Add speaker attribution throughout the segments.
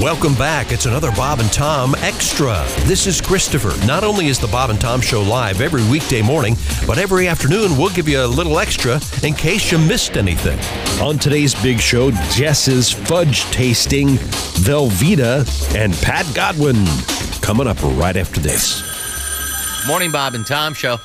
Speaker 1: Welcome back. It's another Bob and Tom Extra. This is Christopher. Not only is the Bob and Tom Show live every weekday morning, but every afternoon we'll give you a little extra in case you missed anything.
Speaker 2: On today's big show, Jess's fudge tasting, Velveeta, and Pat Godwin. Coming up right after this.
Speaker 3: Morning, Bob and Tom show.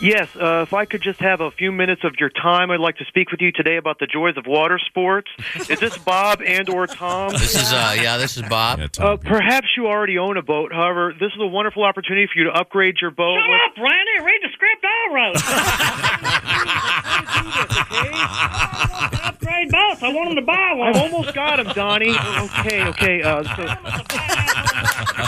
Speaker 4: Yes, uh, if I could just have a few minutes of your time, I'd like to speak with you today about the joys of water sports. Is this Bob and or Tom?
Speaker 3: This is uh yeah, this is Bob.
Speaker 4: Uh, perhaps you already own a boat. However, this is a wonderful opportunity for you to upgrade your boat.
Speaker 5: Shut
Speaker 4: with-
Speaker 5: up, Randy. Read the script I wrote. Upgrade both. I want him to buy one.
Speaker 4: I almost got him, Donnie. Okay, okay. Uh, so it's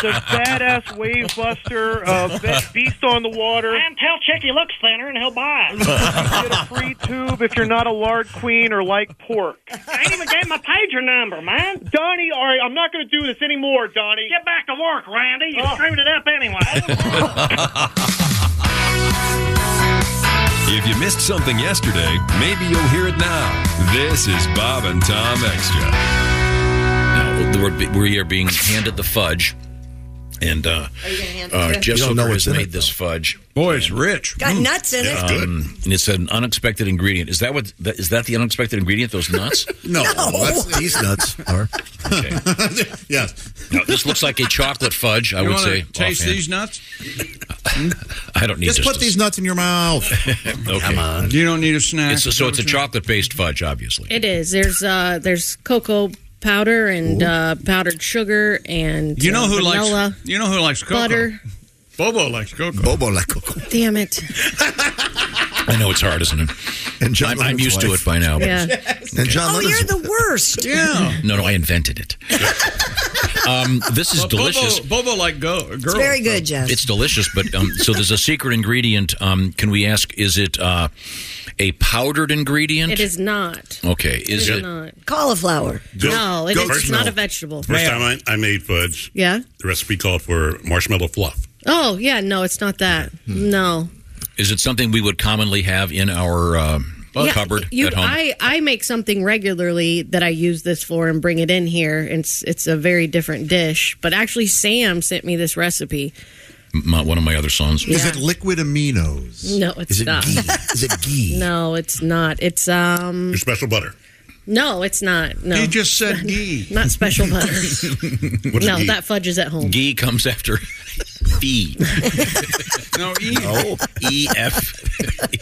Speaker 4: a badass wave buster, uh, be- beast on the water.
Speaker 5: And tell Chick he looks thinner and he'll buy it.
Speaker 4: Get a free tube if you're not a lard queen or like pork.
Speaker 5: I ain't even gave my pager number, man.
Speaker 4: Donnie, all right, I'm not going to do this anymore, Donnie. Oh.
Speaker 5: Get back to work, Randy. You screwed it up anyway.
Speaker 6: If you missed something yesterday, maybe you'll hear it now. This is Bob and Tom Extra.
Speaker 7: Now, we're, we are being handed the fudge, and uh, uh, Jess
Speaker 2: You don't know
Speaker 7: Hooker
Speaker 2: what's
Speaker 7: has
Speaker 2: in
Speaker 7: made
Speaker 2: it,
Speaker 7: this fudge,
Speaker 2: Boy, it's rich.
Speaker 8: Mm.
Speaker 9: Got nuts in it.
Speaker 7: um, and it's an unexpected ingredient. Is that what? That, is that the unexpected ingredient? Those nuts?
Speaker 10: No, that's-
Speaker 2: These nuts are.
Speaker 7: Okay.
Speaker 10: yes.
Speaker 7: No, this looks like a chocolate fudge. I
Speaker 8: You
Speaker 7: would
Speaker 8: wanna
Speaker 7: say.
Speaker 8: taste
Speaker 7: offhand.
Speaker 8: these nuts?
Speaker 7: I don't need
Speaker 10: Just
Speaker 7: this
Speaker 10: put
Speaker 7: to-
Speaker 10: these nuts in your mouth.
Speaker 7: Okay.
Speaker 8: You don't need a snack.
Speaker 7: It's a- so it's a chocolate based fudge, obviously.
Speaker 11: It is. There's uh there's cocoa powder and uh powdered sugar and
Speaker 8: You know
Speaker 11: uh,
Speaker 8: who
Speaker 11: vanilla,
Speaker 8: likes? You know who likes cocoa?
Speaker 11: butter.
Speaker 8: Bobo likes cocoa.
Speaker 10: Bobo like cocoa.
Speaker 11: Damn it.
Speaker 7: I know it's hard, isn't it?
Speaker 10: And John
Speaker 7: I'm, I'm
Speaker 10: Lennon's
Speaker 7: used to
Speaker 10: wife.
Speaker 7: it by now. but-
Speaker 11: Yeah.
Speaker 10: And John
Speaker 9: Oh,
Speaker 10: Lennon's
Speaker 9: you're the worst.
Speaker 8: Yeah.
Speaker 7: No, no, I invented it. um, this is delicious.
Speaker 8: Bobo, Bobo like go. Girl.
Speaker 9: It's very good, Jess.
Speaker 7: It's delicious, but um, so there's a secret ingredient. Um, can we ask? Is it uh, a powdered ingredient?
Speaker 11: It is not.
Speaker 7: Okay. Is
Speaker 11: It's
Speaker 7: it?
Speaker 11: not.
Speaker 9: Cauliflower.
Speaker 11: No, it is
Speaker 10: goat
Speaker 11: it's not
Speaker 10: milk.
Speaker 11: a vegetable.
Speaker 6: First time I, I made fudge,
Speaker 11: Yeah.
Speaker 6: the recipe called for marshmallow fluff.
Speaker 11: Oh, yeah, no, it's not that.
Speaker 8: Hmm.
Speaker 11: No.
Speaker 7: Is it something we would commonly have in our um,
Speaker 11: Yeah,
Speaker 7: cupboard
Speaker 11: you-
Speaker 7: at home?
Speaker 11: I, I make something regularly that I use this for and bring it in here. It's it's a very different dish. But actually Sam sent me this recipe.
Speaker 7: My- uh, one of my other sons.
Speaker 10: Is
Speaker 11: Yeah.
Speaker 10: it liquid aminos?
Speaker 11: No, it's
Speaker 10: Is it
Speaker 11: not.
Speaker 10: ghee? Is it ghee?
Speaker 11: No, it's not. It's um
Speaker 6: Your special butter.
Speaker 11: no, it's not. No.
Speaker 8: He just said gee.
Speaker 11: Not special butter.
Speaker 6: What's
Speaker 11: no,
Speaker 6: it eat?
Speaker 11: that fudge is at home.
Speaker 7: Ghee comes after B.
Speaker 8: No, E.
Speaker 7: O E F.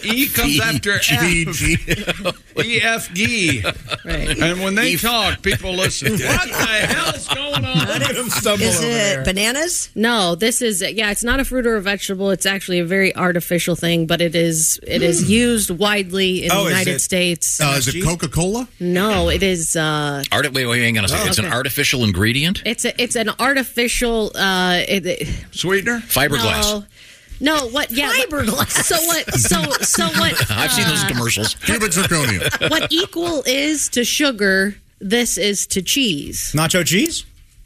Speaker 8: E comes after F. E F G.
Speaker 11: Right.
Speaker 8: And when they talk, people listen. what the hell's going on?
Speaker 9: Is it bananas?
Speaker 11: No, this is yeah. It's not a fruit or a vegetable. It's actually a very artificial thing, but it is it is used widely in
Speaker 10: Oh,
Speaker 11: the
Speaker 10: is
Speaker 11: United
Speaker 10: it-
Speaker 11: States.
Speaker 10: Uh, is it Coca Cola?
Speaker 11: no, it is. Uh,
Speaker 7: Art- wait, wait, hang on a second. It's an
Speaker 11: okay.
Speaker 7: artificial ingredient?
Speaker 11: it's a, it's an artificial. Uh, it, it,
Speaker 8: Sweetener?
Speaker 7: Fiberglass.
Speaker 11: no, no. What? Yeah. what-
Speaker 9: Fiberglass.
Speaker 11: So what? So so what?
Speaker 7: I've seen those
Speaker 11: uh,
Speaker 7: commercials.
Speaker 10: Cuban zirconia.
Speaker 11: What equal is to sugar? This is to cheese.
Speaker 2: Nacho cheese?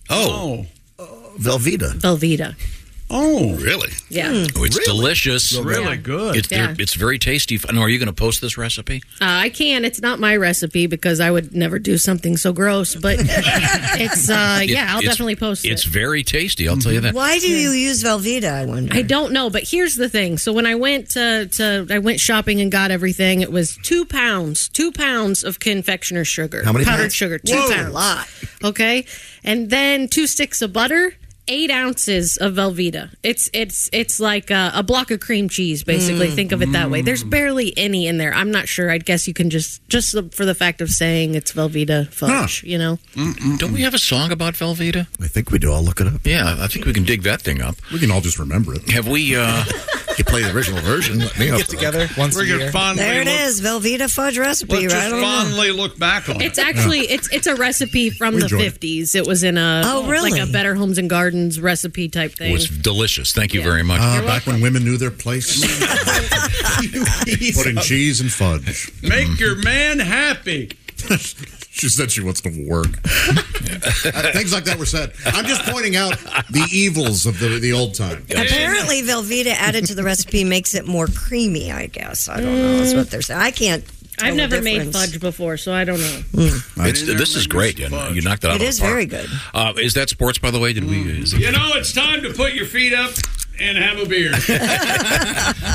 Speaker 7: Oh,
Speaker 8: Oh.
Speaker 10: Velveeta.
Speaker 11: Velveeta.
Speaker 8: Oh.
Speaker 6: Really?
Speaker 11: Yeah.
Speaker 7: oh, it's delicious.
Speaker 8: Really good.
Speaker 7: It's, they're-
Speaker 11: Yeah.
Speaker 7: it's very tasty. Now, are you going to post this recipe?
Speaker 11: Uh, I can. It's not my recipe because I would never do something so gross. But it's uh,
Speaker 7: It-
Speaker 11: yeah, I'll
Speaker 7: it's-
Speaker 11: definitely post
Speaker 7: It's
Speaker 11: it.
Speaker 7: very tasty. I'll tell you that.
Speaker 9: Why do you use Velveeta? I wonder.
Speaker 11: I don't know, but here's the thing. So when I went to, to I went shopping and got everything. It was two pounds, two pounds of confectioner's sugar,
Speaker 10: How many
Speaker 11: powdered
Speaker 10: pounds?
Speaker 11: sugar, two
Speaker 10: Whoa.
Speaker 11: pounds,
Speaker 9: A lot.
Speaker 11: okay, and then two sticks of butter. Eight ounces of Velveeta. It's it's it's like a, a block of cream cheese, basically.
Speaker 10: Mm.
Speaker 11: Think of it that way. There's barely any in there. I'm not sure. I guess you can just just for the fact of saying it's Velveeta fudge. You know,
Speaker 7: Don't we have a song about Velveeta?
Speaker 10: I think we do. I'll look it up.
Speaker 7: Yeah, I think we can dig that thing up.
Speaker 10: We can all just remember it.
Speaker 7: Have we? Uh,
Speaker 10: You play the original version. Let me
Speaker 12: Get together once
Speaker 10: We're
Speaker 12: a
Speaker 10: gonna
Speaker 12: year.
Speaker 10: fondly
Speaker 9: There it
Speaker 10: look-
Speaker 9: is, Velveeta fudge recipe.
Speaker 8: Let's
Speaker 9: right?
Speaker 8: just
Speaker 9: I don't know.
Speaker 8: fondly look back on
Speaker 11: It's
Speaker 8: it.
Speaker 11: actually it's it's a recipe from
Speaker 8: We
Speaker 11: the
Speaker 8: enjoyed it.
Speaker 11: fifties. It was in a
Speaker 9: Oh, really?
Speaker 11: like a Better Homes and Gardens recipe type
Speaker 7: It
Speaker 11: thing.
Speaker 7: was delicious. Thank you very much.
Speaker 10: Ah, back when women knew their place. Putting cheese and fudge.
Speaker 8: Make your man happy.
Speaker 10: She said she wants to work. Uh, things like that were said. I'm just pointing out the evils of the the old time.
Speaker 9: Apparently, Velveeta added to the recipe makes it more creamy. I guess I don't know. That's what they're saying. I can't. tell
Speaker 11: I've
Speaker 9: the
Speaker 11: never made
Speaker 9: difference.
Speaker 11: fudge before, so I don't know.
Speaker 7: It's, this is great. You, you knocked it out.
Speaker 9: It
Speaker 7: of the
Speaker 9: is
Speaker 7: park.
Speaker 9: very good. Mm.
Speaker 7: Uh, is that sports, by the way? Did we? Is it-
Speaker 8: You know, it's time to put your feet up and have a beer.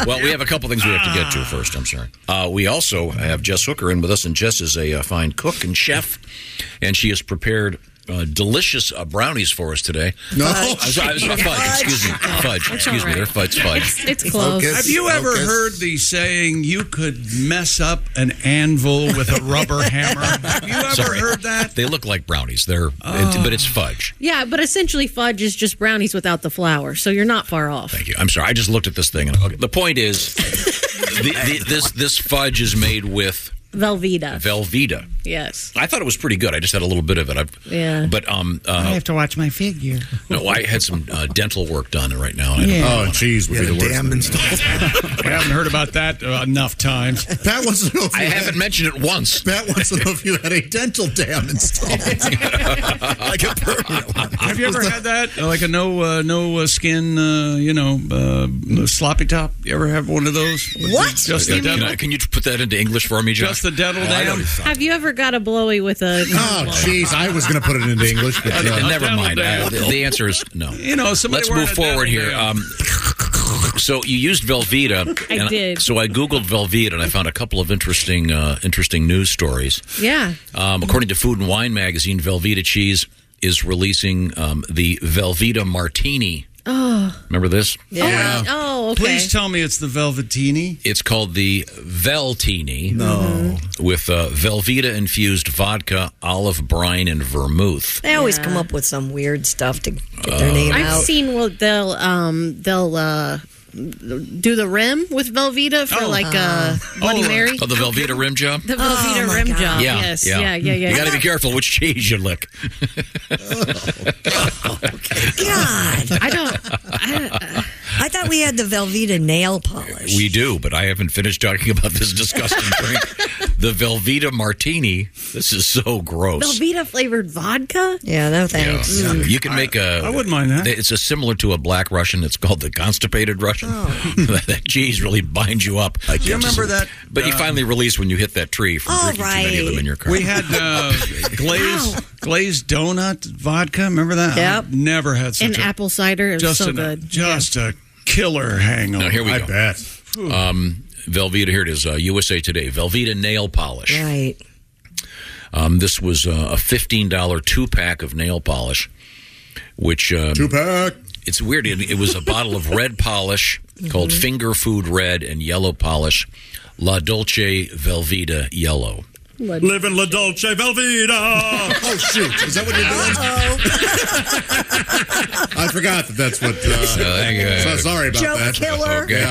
Speaker 7: Well, we have a couple things we have to get to first. I'm sorry. Uh, we also have Jess Hooker in with us, and Jess is a uh, fine cook and chef, and she has prepared uh, delicious uh, brownies for us today.
Speaker 10: No.
Speaker 7: I'm sorry, I'm sorry, fudge. Excuse me, fudge. Excuse me, they're fudge fudge.
Speaker 11: It's close.
Speaker 8: Have you ever heard the saying, you could mess up an anvil with a rubber hammer? Have you ever
Speaker 7: Sorry.
Speaker 8: heard that?
Speaker 7: They look like brownies. They're it- but it's fudge.
Speaker 11: Yeah, but essentially fudge is just brownies without the flour, so you're not far off.
Speaker 7: Thank you. I'm sorry. I just looked at this thing, and okay. the point is, the, the, this this fudge is made with
Speaker 11: Velveeta.
Speaker 7: Velveeta.
Speaker 11: Yes.
Speaker 7: I thought it was pretty good. I just had a little bit of it. I've,
Speaker 11: Yeah.
Speaker 7: But um,
Speaker 12: I
Speaker 7: uh,
Speaker 12: have to watch my figure.
Speaker 7: no, I had some uh, dental work done right now. and I don't
Speaker 12: Yeah.
Speaker 7: wanna-
Speaker 10: Oh, cheese would be the worst.
Speaker 12: damn
Speaker 8: I haven't heard about that uh, enough times.
Speaker 10: Pat wants to know if
Speaker 7: I
Speaker 10: you
Speaker 7: haven't mentioned it once.
Speaker 10: Pat wants to know if you had a dental dam installed, like a permanent one.
Speaker 8: Have you ever had that? Like a no uh, no uh, skin, uh, you know, uh, sloppy top? You ever have one of those?
Speaker 9: What?
Speaker 8: Just the
Speaker 7: Can, can I,
Speaker 8: dental,
Speaker 7: can you put that into English for me, John?
Speaker 8: just the dental
Speaker 7: I
Speaker 8: dam?
Speaker 7: don't-
Speaker 11: Have you ever got a blowy with a
Speaker 10: Oh, jeez, I was going to put it into English, but
Speaker 7: Uh,
Speaker 10: uh,
Speaker 7: never
Speaker 8: dental
Speaker 7: mind.
Speaker 8: dam.
Speaker 7: Uh, the, the answer is no.
Speaker 8: You know, somebody
Speaker 7: Let's
Speaker 8: wearing
Speaker 7: move
Speaker 8: a dental
Speaker 7: forward here.
Speaker 8: dam.
Speaker 7: Um, so you used Velveeta.
Speaker 11: I
Speaker 7: and
Speaker 11: did.
Speaker 7: so I googled Velveeta and I found a couple of interesting uh, interesting news stories.
Speaker 11: Yeah.
Speaker 7: Um, according to Food and Wine magazine, Velveeta cheese is releasing um, the Velveeta Martini.
Speaker 11: Oh.
Speaker 7: Remember this?
Speaker 11: Yeah. Oh, okay.
Speaker 8: Please tell me it's the Velvetini.
Speaker 7: It's called the Veltini. No. With uh, Velveeta infused vodka, olive brine, and vermouth.
Speaker 9: They always come up with some weird stuff to get their name
Speaker 11: I've
Speaker 9: out.
Speaker 11: seen well they'll um they'll uh do the rim with Velveeta for
Speaker 8: Oh.
Speaker 11: like uh, Bloody
Speaker 8: Oh.
Speaker 11: Mary.
Speaker 7: Oh, the Velveeta rim job?
Speaker 11: The Velveeta
Speaker 9: my
Speaker 11: rim
Speaker 9: God.
Speaker 11: job. Yes. Yeah. Yeah. Yeah.
Speaker 7: You got to be careful which cheese you lick.
Speaker 9: God,
Speaker 11: I don't. I,
Speaker 9: I thought we had the Velveeta nail polish.
Speaker 7: We do, but I haven't finished talking about this disgusting drink. The Velveeta Martini. This is so gross.
Speaker 11: Velveeta flavored vodka.
Speaker 9: yeah, no thanks.
Speaker 7: Yeah. You can make a.
Speaker 8: I wouldn't mind that.
Speaker 7: It's a similar to a black Russian. It's called the constipated Russian. that cheese really binds you up. Do
Speaker 8: Oh. you remember that,
Speaker 7: But you
Speaker 8: uh,
Speaker 7: finally release when you hit that tree from
Speaker 9: All
Speaker 7: drinking too many of
Speaker 9: right.
Speaker 7: them in your car.
Speaker 8: We had uh, glazed glazed donut vodka. Remember that?
Speaker 9: Yep.
Speaker 8: I've never had such
Speaker 11: And
Speaker 8: a
Speaker 11: apple cider. It was
Speaker 8: just
Speaker 11: so
Speaker 8: an- uh,
Speaker 11: good.
Speaker 8: just a killer hangover.
Speaker 7: Now, here we
Speaker 10: I
Speaker 7: go.
Speaker 10: bet.
Speaker 7: Um, Velveeta, here it is. Uh, USA Today. Velveeta nail polish.
Speaker 9: Right.
Speaker 7: Um, this was uh, a fifteen dollar two pack of nail polish, which um,
Speaker 10: Two pack.
Speaker 7: it's weird. It, it was a bottle of red polish
Speaker 8: Mm-hmm.
Speaker 7: called Finger Food Red and yellow polish, La Dolce Velveeta Yellow.
Speaker 10: Live in La Dolce Velveeta. oh, shoot. Is that what you're doing?
Speaker 9: Oh,
Speaker 10: I forgot that that's what. Uh, so sorry about
Speaker 9: Joke
Speaker 10: that.
Speaker 9: killer.
Speaker 7: Okay.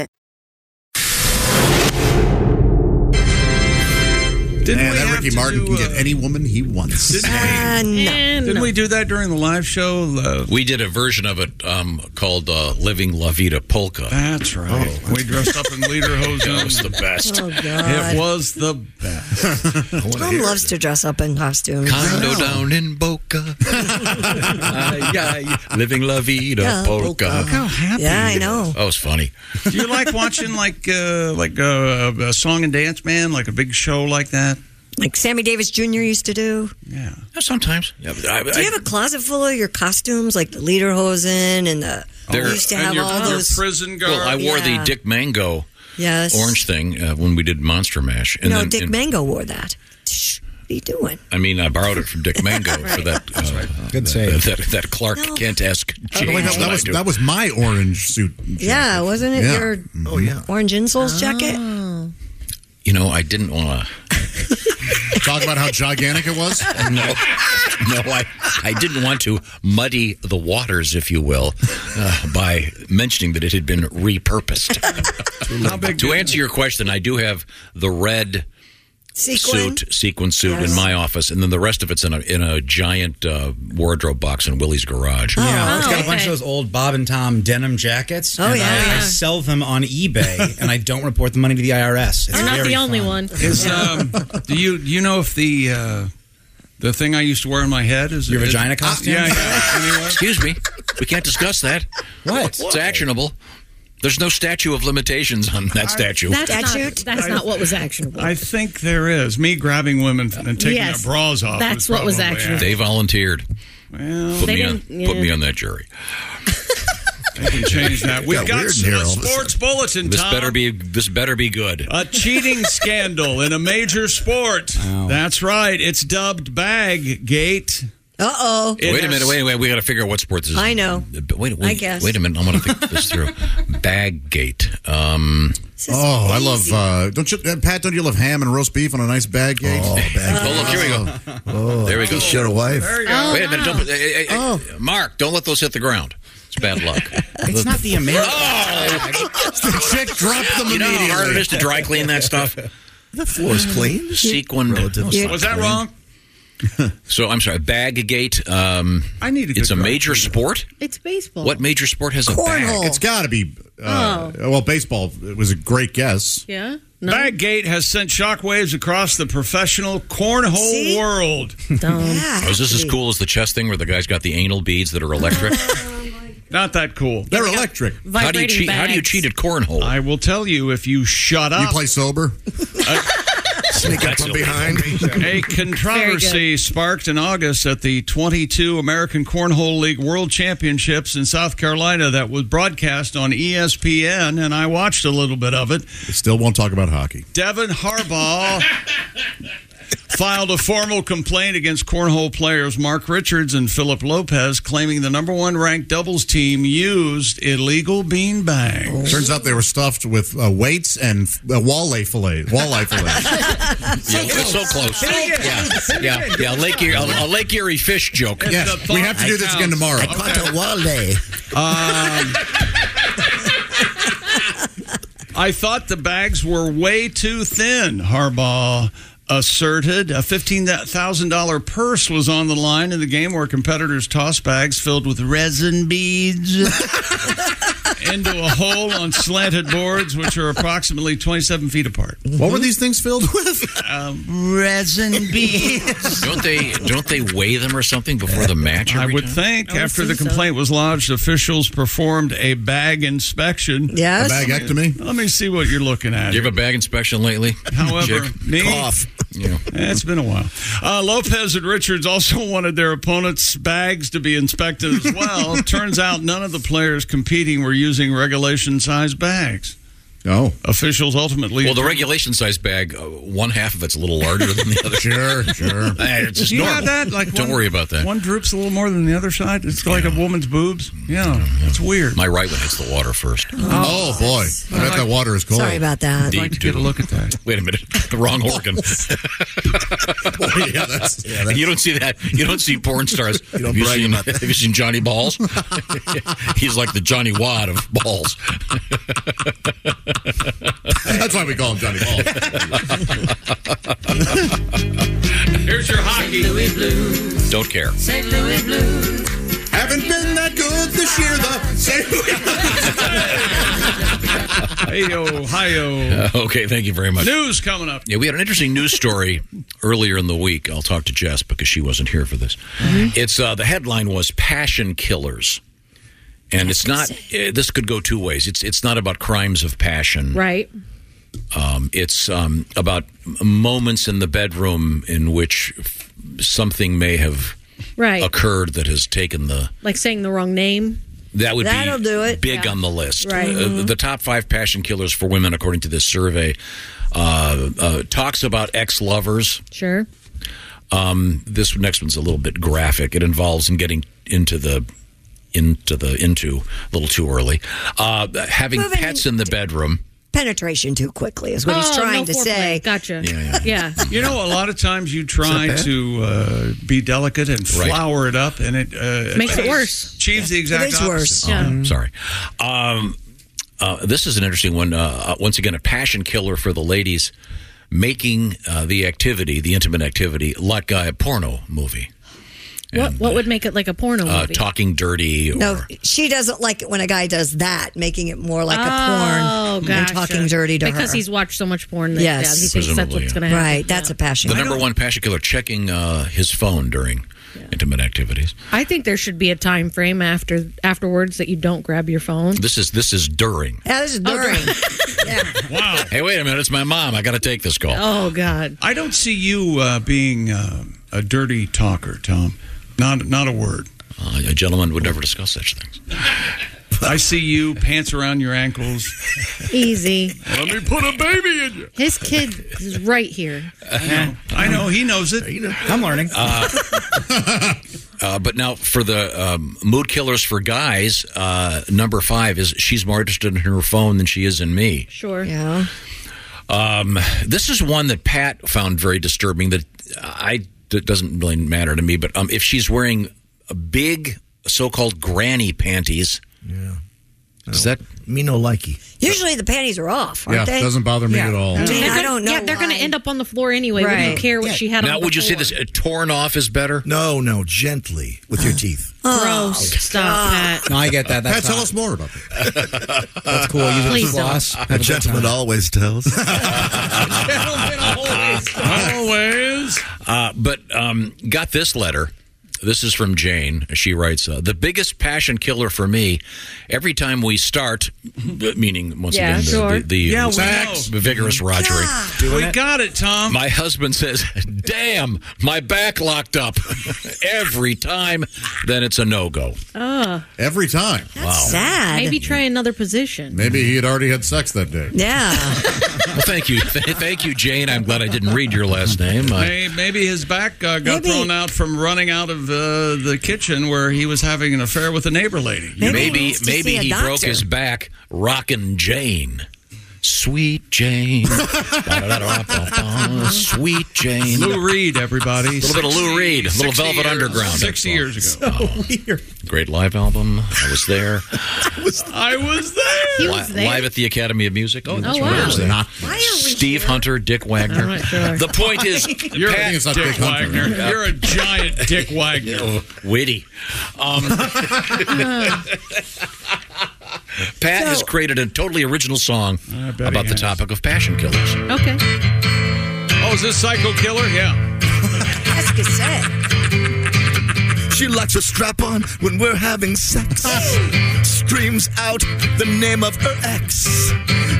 Speaker 8: Didn't
Speaker 10: Man,
Speaker 8: we
Speaker 10: that
Speaker 8: have
Speaker 10: Ricky
Speaker 8: to
Speaker 10: Martin
Speaker 8: do,
Speaker 10: can
Speaker 8: uh,
Speaker 10: get any woman he wants.
Speaker 8: Didn't we do that during the live show? Uh,
Speaker 7: We did a version of it um, called uh, "Living La Vida Polka." Oh.
Speaker 8: That's right. we dressed up in lederhosen.
Speaker 7: That was the best.
Speaker 9: Oh, God.
Speaker 8: It was the best.
Speaker 9: Tom loves to dress up in costumes.
Speaker 7: Condo down in Boca. Ay, ay, living La Vida
Speaker 9: Yeah,
Speaker 7: Polka.
Speaker 9: polka. Look how happy Yeah, I he know. is.
Speaker 7: That was funny.
Speaker 8: Do you like watching like uh, like uh, a song and dance man, like a big show like that?
Speaker 9: Like Sammy Davis Jr. used to do.
Speaker 8: Yeah.
Speaker 7: Sometimes. Yeah, but I,
Speaker 9: Do you
Speaker 7: I-
Speaker 9: have a closet full of your costumes, like the lederhosen and the? we
Speaker 7: There-
Speaker 9: used to
Speaker 8: and
Speaker 9: have
Speaker 8: your-
Speaker 9: all
Speaker 8: your
Speaker 9: those
Speaker 8: prison guard.
Speaker 7: well, I wore
Speaker 9: Yeah.
Speaker 7: the Dick Mango
Speaker 9: Yes.
Speaker 7: orange thing uh, when we did Monster Mash.
Speaker 9: no,
Speaker 7: then-
Speaker 9: Dick
Speaker 7: and-
Speaker 9: Mango wore that. Shh, what are you doing?
Speaker 7: I mean, I borrowed it from Dick Mango for that. Uh, Good
Speaker 10: save.
Speaker 7: That, that, that Clark Kent-esque.
Speaker 10: Oh, wait, no,
Speaker 7: change
Speaker 10: that,
Speaker 7: I
Speaker 10: was,
Speaker 7: do.
Speaker 10: that was my orange suit.
Speaker 9: Yeah, wasn't it
Speaker 10: Yeah.
Speaker 9: your
Speaker 10: Oh, yeah.
Speaker 9: orange insoles jacket?
Speaker 7: You know, I didn't want to.
Speaker 10: Talk about how gigantic it was.
Speaker 7: No, no, I, I didn't want to muddy the waters, if you will, uh, by mentioning that it had been repurposed. to answer your question, I do have the red
Speaker 9: Sequin?
Speaker 7: suit, sequin suit
Speaker 9: Yes.
Speaker 7: in my office, and then the rest of it's in a in a giant uh, wardrobe box in Willie's garage.
Speaker 9: Oh.
Speaker 11: Oh,
Speaker 13: Yeah, it's got a
Speaker 14: okay.
Speaker 13: bunch of those old Bob and Tom denim jackets.
Speaker 14: Oh,
Speaker 13: and
Speaker 14: yeah.
Speaker 13: I, I sell them on eBay, and I don't report the money to the IRS. It's
Speaker 11: You're not
Speaker 13: very
Speaker 11: the only
Speaker 13: fun.
Speaker 11: one.
Speaker 8: Is um, do you do you know if the uh, the thing I used to wear on my head is
Speaker 13: Your
Speaker 8: is-
Speaker 13: vagina
Speaker 8: Uh,
Speaker 13: costume?
Speaker 8: yeah, yeah.
Speaker 7: Excuse me, we can't discuss that.
Speaker 13: What?
Speaker 7: It's actionable. There's no statute of limitations on that statue.
Speaker 11: Not, that's not what was actionable.
Speaker 8: I think there is me grabbing women and taking
Speaker 11: Yes.
Speaker 8: their bras off.
Speaker 11: That's what was
Speaker 8: probably
Speaker 11: actionable.
Speaker 7: They volunteered.
Speaker 8: Well,
Speaker 7: put,
Speaker 11: They
Speaker 7: me on,
Speaker 11: didn't-
Speaker 7: put
Speaker 11: yeah.
Speaker 7: me on that jury.
Speaker 8: I can change that. We've
Speaker 7: Got
Speaker 8: got,
Speaker 7: weird in here
Speaker 8: a
Speaker 7: all of a
Speaker 8: sports bulletin.
Speaker 7: This
Speaker 8: Tom.
Speaker 7: better be this better be good.
Speaker 8: A cheating scandal in a major sport. That's right. It's dubbed bag gate.
Speaker 9: Uh oh.
Speaker 7: wait a minute, wait a minute. We got to figure out what sports this is.
Speaker 9: I know.
Speaker 7: But Wait, wait,
Speaker 9: I guess.
Speaker 7: wait a minute. I'm going to think this through. Baggate. Um,
Speaker 10: Oh, I love. Uh, don't you, uh, Pat? Don't you love ham and roast beef on a nice bag cake? Oh,
Speaker 7: Oh, look, here we go.
Speaker 10: Oh,
Speaker 7: there we go.
Speaker 10: teach your wife.
Speaker 7: There
Speaker 10: you go.
Speaker 7: Wait a minute. Don't, put- eh, eh, eh,
Speaker 10: Oh.
Speaker 7: Mark, don't let those hit the ground. It's bad luck. Oh,
Speaker 13: It's not the American.
Speaker 10: the chick dropped them
Speaker 7: you know
Speaker 10: immediately.
Speaker 7: how hard it is to dry clean that stuff?
Speaker 10: The
Speaker 7: floor's clean. Sequined.
Speaker 8: Was that wrong?
Speaker 7: So I'm sorry. Baggate. Um,
Speaker 8: I need a
Speaker 7: It's a
Speaker 8: good
Speaker 7: major sport.
Speaker 11: It's baseball.
Speaker 7: What major sport has a bag?
Speaker 10: It's got to be. Uh, Well, baseball was a great guess.
Speaker 11: Yeah.
Speaker 8: Baggate has sent shockwaves across the professional cornhole
Speaker 11: See?
Speaker 8: world.
Speaker 7: Oh, is this as cool as the chess thing where the guy's got the anal beads that are electric?
Speaker 8: Not that cool.
Speaker 10: They're electric.
Speaker 7: How do you cheat? How do you cheat at cornhole?
Speaker 8: I will tell you if you shut up.
Speaker 10: You play sober.
Speaker 7: Sneak up from behind.
Speaker 8: A controversy sparked in August at the 22 American Cornhole League World Championships in South Carolina that was broadcast on E ESPN, and I watched a little bit of it.
Speaker 10: Still won't talk about hockey.
Speaker 8: Devin Harbaugh filed a formal complaint against cornhole players Mark Richards and Philip Lopez, claiming the number one ranked doubles team used illegal bean bags.
Speaker 10: Turns out they were stuffed with uh, weights and uh, walleye fillet. Walleye fillet.
Speaker 7: Yeah, it's so close. Yeah, yeah, yeah. Lake Erie, a, a Lake Erie fish joke.
Speaker 10: Yeah, we have to do this again tomorrow.
Speaker 15: I caught a walleye.
Speaker 8: Um, I thought the bags were way too thin, Harbaugh asserted. A $15,000 purse was on the line in the game where competitors tossed bags filled with resin beads into a hole on slanted boards, which are approximately 27 feet apart.
Speaker 10: What were these things filled with?
Speaker 8: Um, resin beads.
Speaker 7: Don't they? Don't they weigh them or something before the match?
Speaker 8: I
Speaker 7: every
Speaker 8: would
Speaker 7: time?
Speaker 8: think after the complaint was lodged, officials performed a bag inspection.
Speaker 9: Yes.
Speaker 10: A bagectomy?
Speaker 8: Let me see what you're looking at.
Speaker 7: Do you have a bag inspection lately?
Speaker 8: However,
Speaker 7: Chick?
Speaker 8: me,
Speaker 7: cough. You know.
Speaker 8: Eh, it's been a while. Uh, Lopez and Richards also wanted their opponents' bags to be inspected as well. Turns out none of the players competing were using regulation size bags.
Speaker 10: Oh,
Speaker 8: Officials ultimately.
Speaker 7: Well, the regulation size bag, uh, one half of it's a little larger than the other.
Speaker 10: sure, sure.
Speaker 7: Eh, it's just
Speaker 8: Do you
Speaker 7: normal.
Speaker 8: have that? Like
Speaker 7: don't
Speaker 8: one-
Speaker 7: worry about that.
Speaker 8: One droops a little more than the other side. It's like a woman's boobs. Yeah, it's weird.
Speaker 7: My right one hits the water first.
Speaker 10: Oh boy, I bet that water is cold.
Speaker 9: Sorry about that.
Speaker 8: I'd like to get a look at that.
Speaker 7: Wait a minute, the wrong organ.
Speaker 10: Oh, yeah, that's, yeah,
Speaker 7: you don't see that. You don't see porn stars.
Speaker 15: You don't
Speaker 7: have, you
Speaker 15: brag
Speaker 7: seen,
Speaker 15: about that.
Speaker 7: have you seen Johnny Balls? He's like the Johnny Wad of balls.
Speaker 10: that's why we call him Johnny Ball.
Speaker 8: Here's your hockey.
Speaker 7: Don't care.
Speaker 10: Haven't been that good this year, though.
Speaker 8: Hey, Ohio.
Speaker 7: Okay, thank you very much.
Speaker 8: News coming up.
Speaker 7: Yeah, we had an interesting news story earlier in the week. I'll talk to Jess because she wasn't here for this.
Speaker 11: Mm-hmm.
Speaker 7: It's uh, the headline was "Passion Killers," and it's not. Uh, this could go two ways. It's it's not about crimes of passion.
Speaker 11: Right.
Speaker 7: Um, it's um, about moments in the bedroom in which f- something may have
Speaker 11: Right.
Speaker 7: occurred that has taken the
Speaker 11: Like saying the wrong name.
Speaker 7: that would
Speaker 9: That'll
Speaker 7: be
Speaker 9: do it.
Speaker 7: big
Speaker 11: Yeah.
Speaker 7: on the list.
Speaker 11: Right. Mm-hmm.
Speaker 7: Uh, The top five passion killers for women, according to this survey, uh, uh, talks about ex lovers.
Speaker 11: Sure.
Speaker 7: Um, this next one's a little bit graphic. It involves in getting into the into the into a little too early. Uh, having
Speaker 9: Moving
Speaker 7: pets in the bedroom.
Speaker 9: Penetration too quickly is what he's
Speaker 11: Oh,
Speaker 9: trying
Speaker 11: no
Speaker 9: to
Speaker 11: foreplay.
Speaker 9: say.
Speaker 11: Gotcha.
Speaker 7: Yeah,
Speaker 11: yeah.
Speaker 8: You know, a lot of times you try to uh, be delicate and
Speaker 7: Right.
Speaker 8: flower it up, and it uh,
Speaker 11: Makes it
Speaker 8: achieves-
Speaker 11: worse.
Speaker 8: Achieves the exact
Speaker 9: is
Speaker 8: opposite.
Speaker 9: worse.
Speaker 7: Oh, I'm sorry. Um, uh, this is an interesting one. Uh, once again, a passion killer for the ladies, making uh, the activity, the intimate activity, like a porno movie.
Speaker 11: What what would make it like a porno
Speaker 7: Uh,
Speaker 11: movie?
Speaker 7: talking dirty or
Speaker 9: No, she doesn't like it when a guy does that, making it more like a
Speaker 11: oh,
Speaker 9: porn and
Speaker 11: gotcha.
Speaker 9: talking dirty to
Speaker 11: because
Speaker 9: her.
Speaker 11: he's watched so much porn. That, yeah, he
Speaker 9: Yes.
Speaker 11: thinks that's
Speaker 7: Presumably,
Speaker 11: what's
Speaker 7: yeah.
Speaker 11: going to happen.
Speaker 9: right. That's a passion.
Speaker 7: the
Speaker 9: I
Speaker 7: number
Speaker 9: don't-
Speaker 7: one passion killer checking uh, his phone during intimate activities.
Speaker 11: I think there should be a time frame after afterwards that you don't grab your phone.
Speaker 7: This is this is during.
Speaker 9: That
Speaker 11: Oh,
Speaker 9: is during.
Speaker 8: Wow.
Speaker 7: Hey, wait a minute! It's my mom. I got to take this call.
Speaker 11: Oh God.
Speaker 8: I don't see you uh, being uh, a dirty talker, Tom. Not not a word.
Speaker 7: Uh, a gentleman would never discuss such things.
Speaker 8: I see you pants around your ankles.
Speaker 11: Easy.
Speaker 8: Let me put a baby in you.
Speaker 11: His kid is right here.
Speaker 8: Eh, I know he knows it.
Speaker 13: I'm learning.
Speaker 7: Uh, but now for the um, mood killers for guys, uh, number five is she's more interested in her phone than she is in me.
Speaker 11: Sure.
Speaker 9: Yeah.
Speaker 7: Um, this is one that Pat found very disturbing. That uh, I it doesn't really matter to me, but um, if she's wearing a big so-called granny panties, yeah, is that
Speaker 15: Me no likey.
Speaker 9: Usually the panties are off, aren't
Speaker 10: Yeah,
Speaker 9: they?
Speaker 10: doesn't bother me at all.
Speaker 9: Gee,
Speaker 11: They're
Speaker 9: I
Speaker 11: gonna-
Speaker 9: don't know.
Speaker 11: Yeah, they're going to
Speaker 9: why.
Speaker 11: end up on the floor anyway. Wouldn't
Speaker 9: Right.
Speaker 11: care what she had
Speaker 7: now?
Speaker 11: on.
Speaker 7: Would you say
Speaker 11: before.
Speaker 7: this uh, torn off is better?
Speaker 15: No, no, gently with your teeth.
Speaker 9: Oh,
Speaker 11: Gross. Stop that.
Speaker 13: no, I get that.
Speaker 10: Pat,
Speaker 13: That's
Speaker 10: tell
Speaker 13: not-
Speaker 10: us more about that.
Speaker 13: That's cool. Use it
Speaker 11: Please
Speaker 13: as
Speaker 11: don't.
Speaker 13: floss.
Speaker 15: A gentleman always tells.
Speaker 8: Always.
Speaker 7: Uh, but um, got this letter This is from Jane. She writes, uh, "The biggest passion killer for me, every time we start, meaning once
Speaker 8: Yeah,
Speaker 7: again the,
Speaker 8: sure.
Speaker 7: the, the,
Speaker 8: Yeah, we
Speaker 7: sex, vigorous rogery.
Speaker 8: we got it, Tom.
Speaker 7: My husband says, "Damn, my back locked up." every time, then it's a no go.
Speaker 11: Ugh.
Speaker 10: Every time.
Speaker 11: Maybe try another position.
Speaker 10: Maybe he had already had sex that day.
Speaker 11: Yeah.
Speaker 7: Well, thank you, Th- thank you, Jane. I'm glad I didn't read your last name. I-
Speaker 8: May- Maybe his back uh, got thrown out from running out of uh, the kitchen where he was having an affair with a neighbor lady.
Speaker 7: Maybe maybe, he broke his back rocking Jane. Sweet Jane. Ba-da-da-da-ba-ba. Sweet Jane.
Speaker 8: Lou Reed, everybody.
Speaker 7: A little bit of Lou Reed, a little
Speaker 8: 60
Speaker 7: Velvet
Speaker 8: years-
Speaker 7: Underground.
Speaker 8: 60 years ago.
Speaker 7: Great live album. I was there.
Speaker 8: I was there.
Speaker 11: He
Speaker 7: Li-
Speaker 11: was there.
Speaker 7: Live at the Academy of Music. Oh, that's
Speaker 11: Oh,
Speaker 7: right.
Speaker 11: wow.
Speaker 7: I was there.
Speaker 11: Why
Speaker 7: Steve Hunter, Dick Wagner.
Speaker 11: I'm not sure.
Speaker 7: The point is,
Speaker 8: You're
Speaker 7: Pat-
Speaker 8: a Dick Wagner. You're a giant Dick Wagner.
Speaker 7: Oh, witty. Um, Pat has created a totally original song about the topic of passion killers.
Speaker 11: Okay.
Speaker 8: Oh, is this Psycho Killer? Yeah.
Speaker 15: That's cassette. She likes a strap on when we're having sex. Screams out the name of her ex.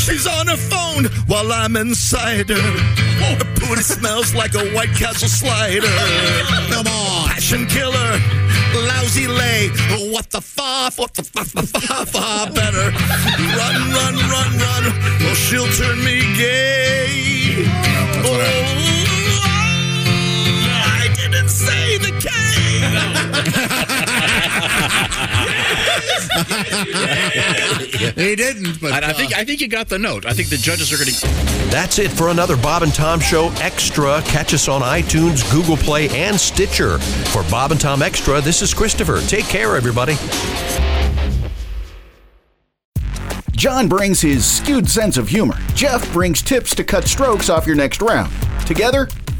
Speaker 15: She's on her phone while I'm inside her. Her booty smells like a White Castle slider. Come on. Passion killer. Lousy lay. What the fuck? What the fuck? Far, far better. Run, run, run, run. Or she'll turn me gay. Oh, I didn't say the K.
Speaker 10: He didn't, but uh,
Speaker 7: And I think I think you got the note. I think the judges are going to.
Speaker 1: That's it for another Bob and Tom Show Extra. Catch us on iTunes, Google Play, and Stitcher. For Bob and Tom Extra, this is Christopher. Take care, everybody.
Speaker 14: John brings his skewed sense of humor. Jeff brings tips to cut strokes off your next round. Together,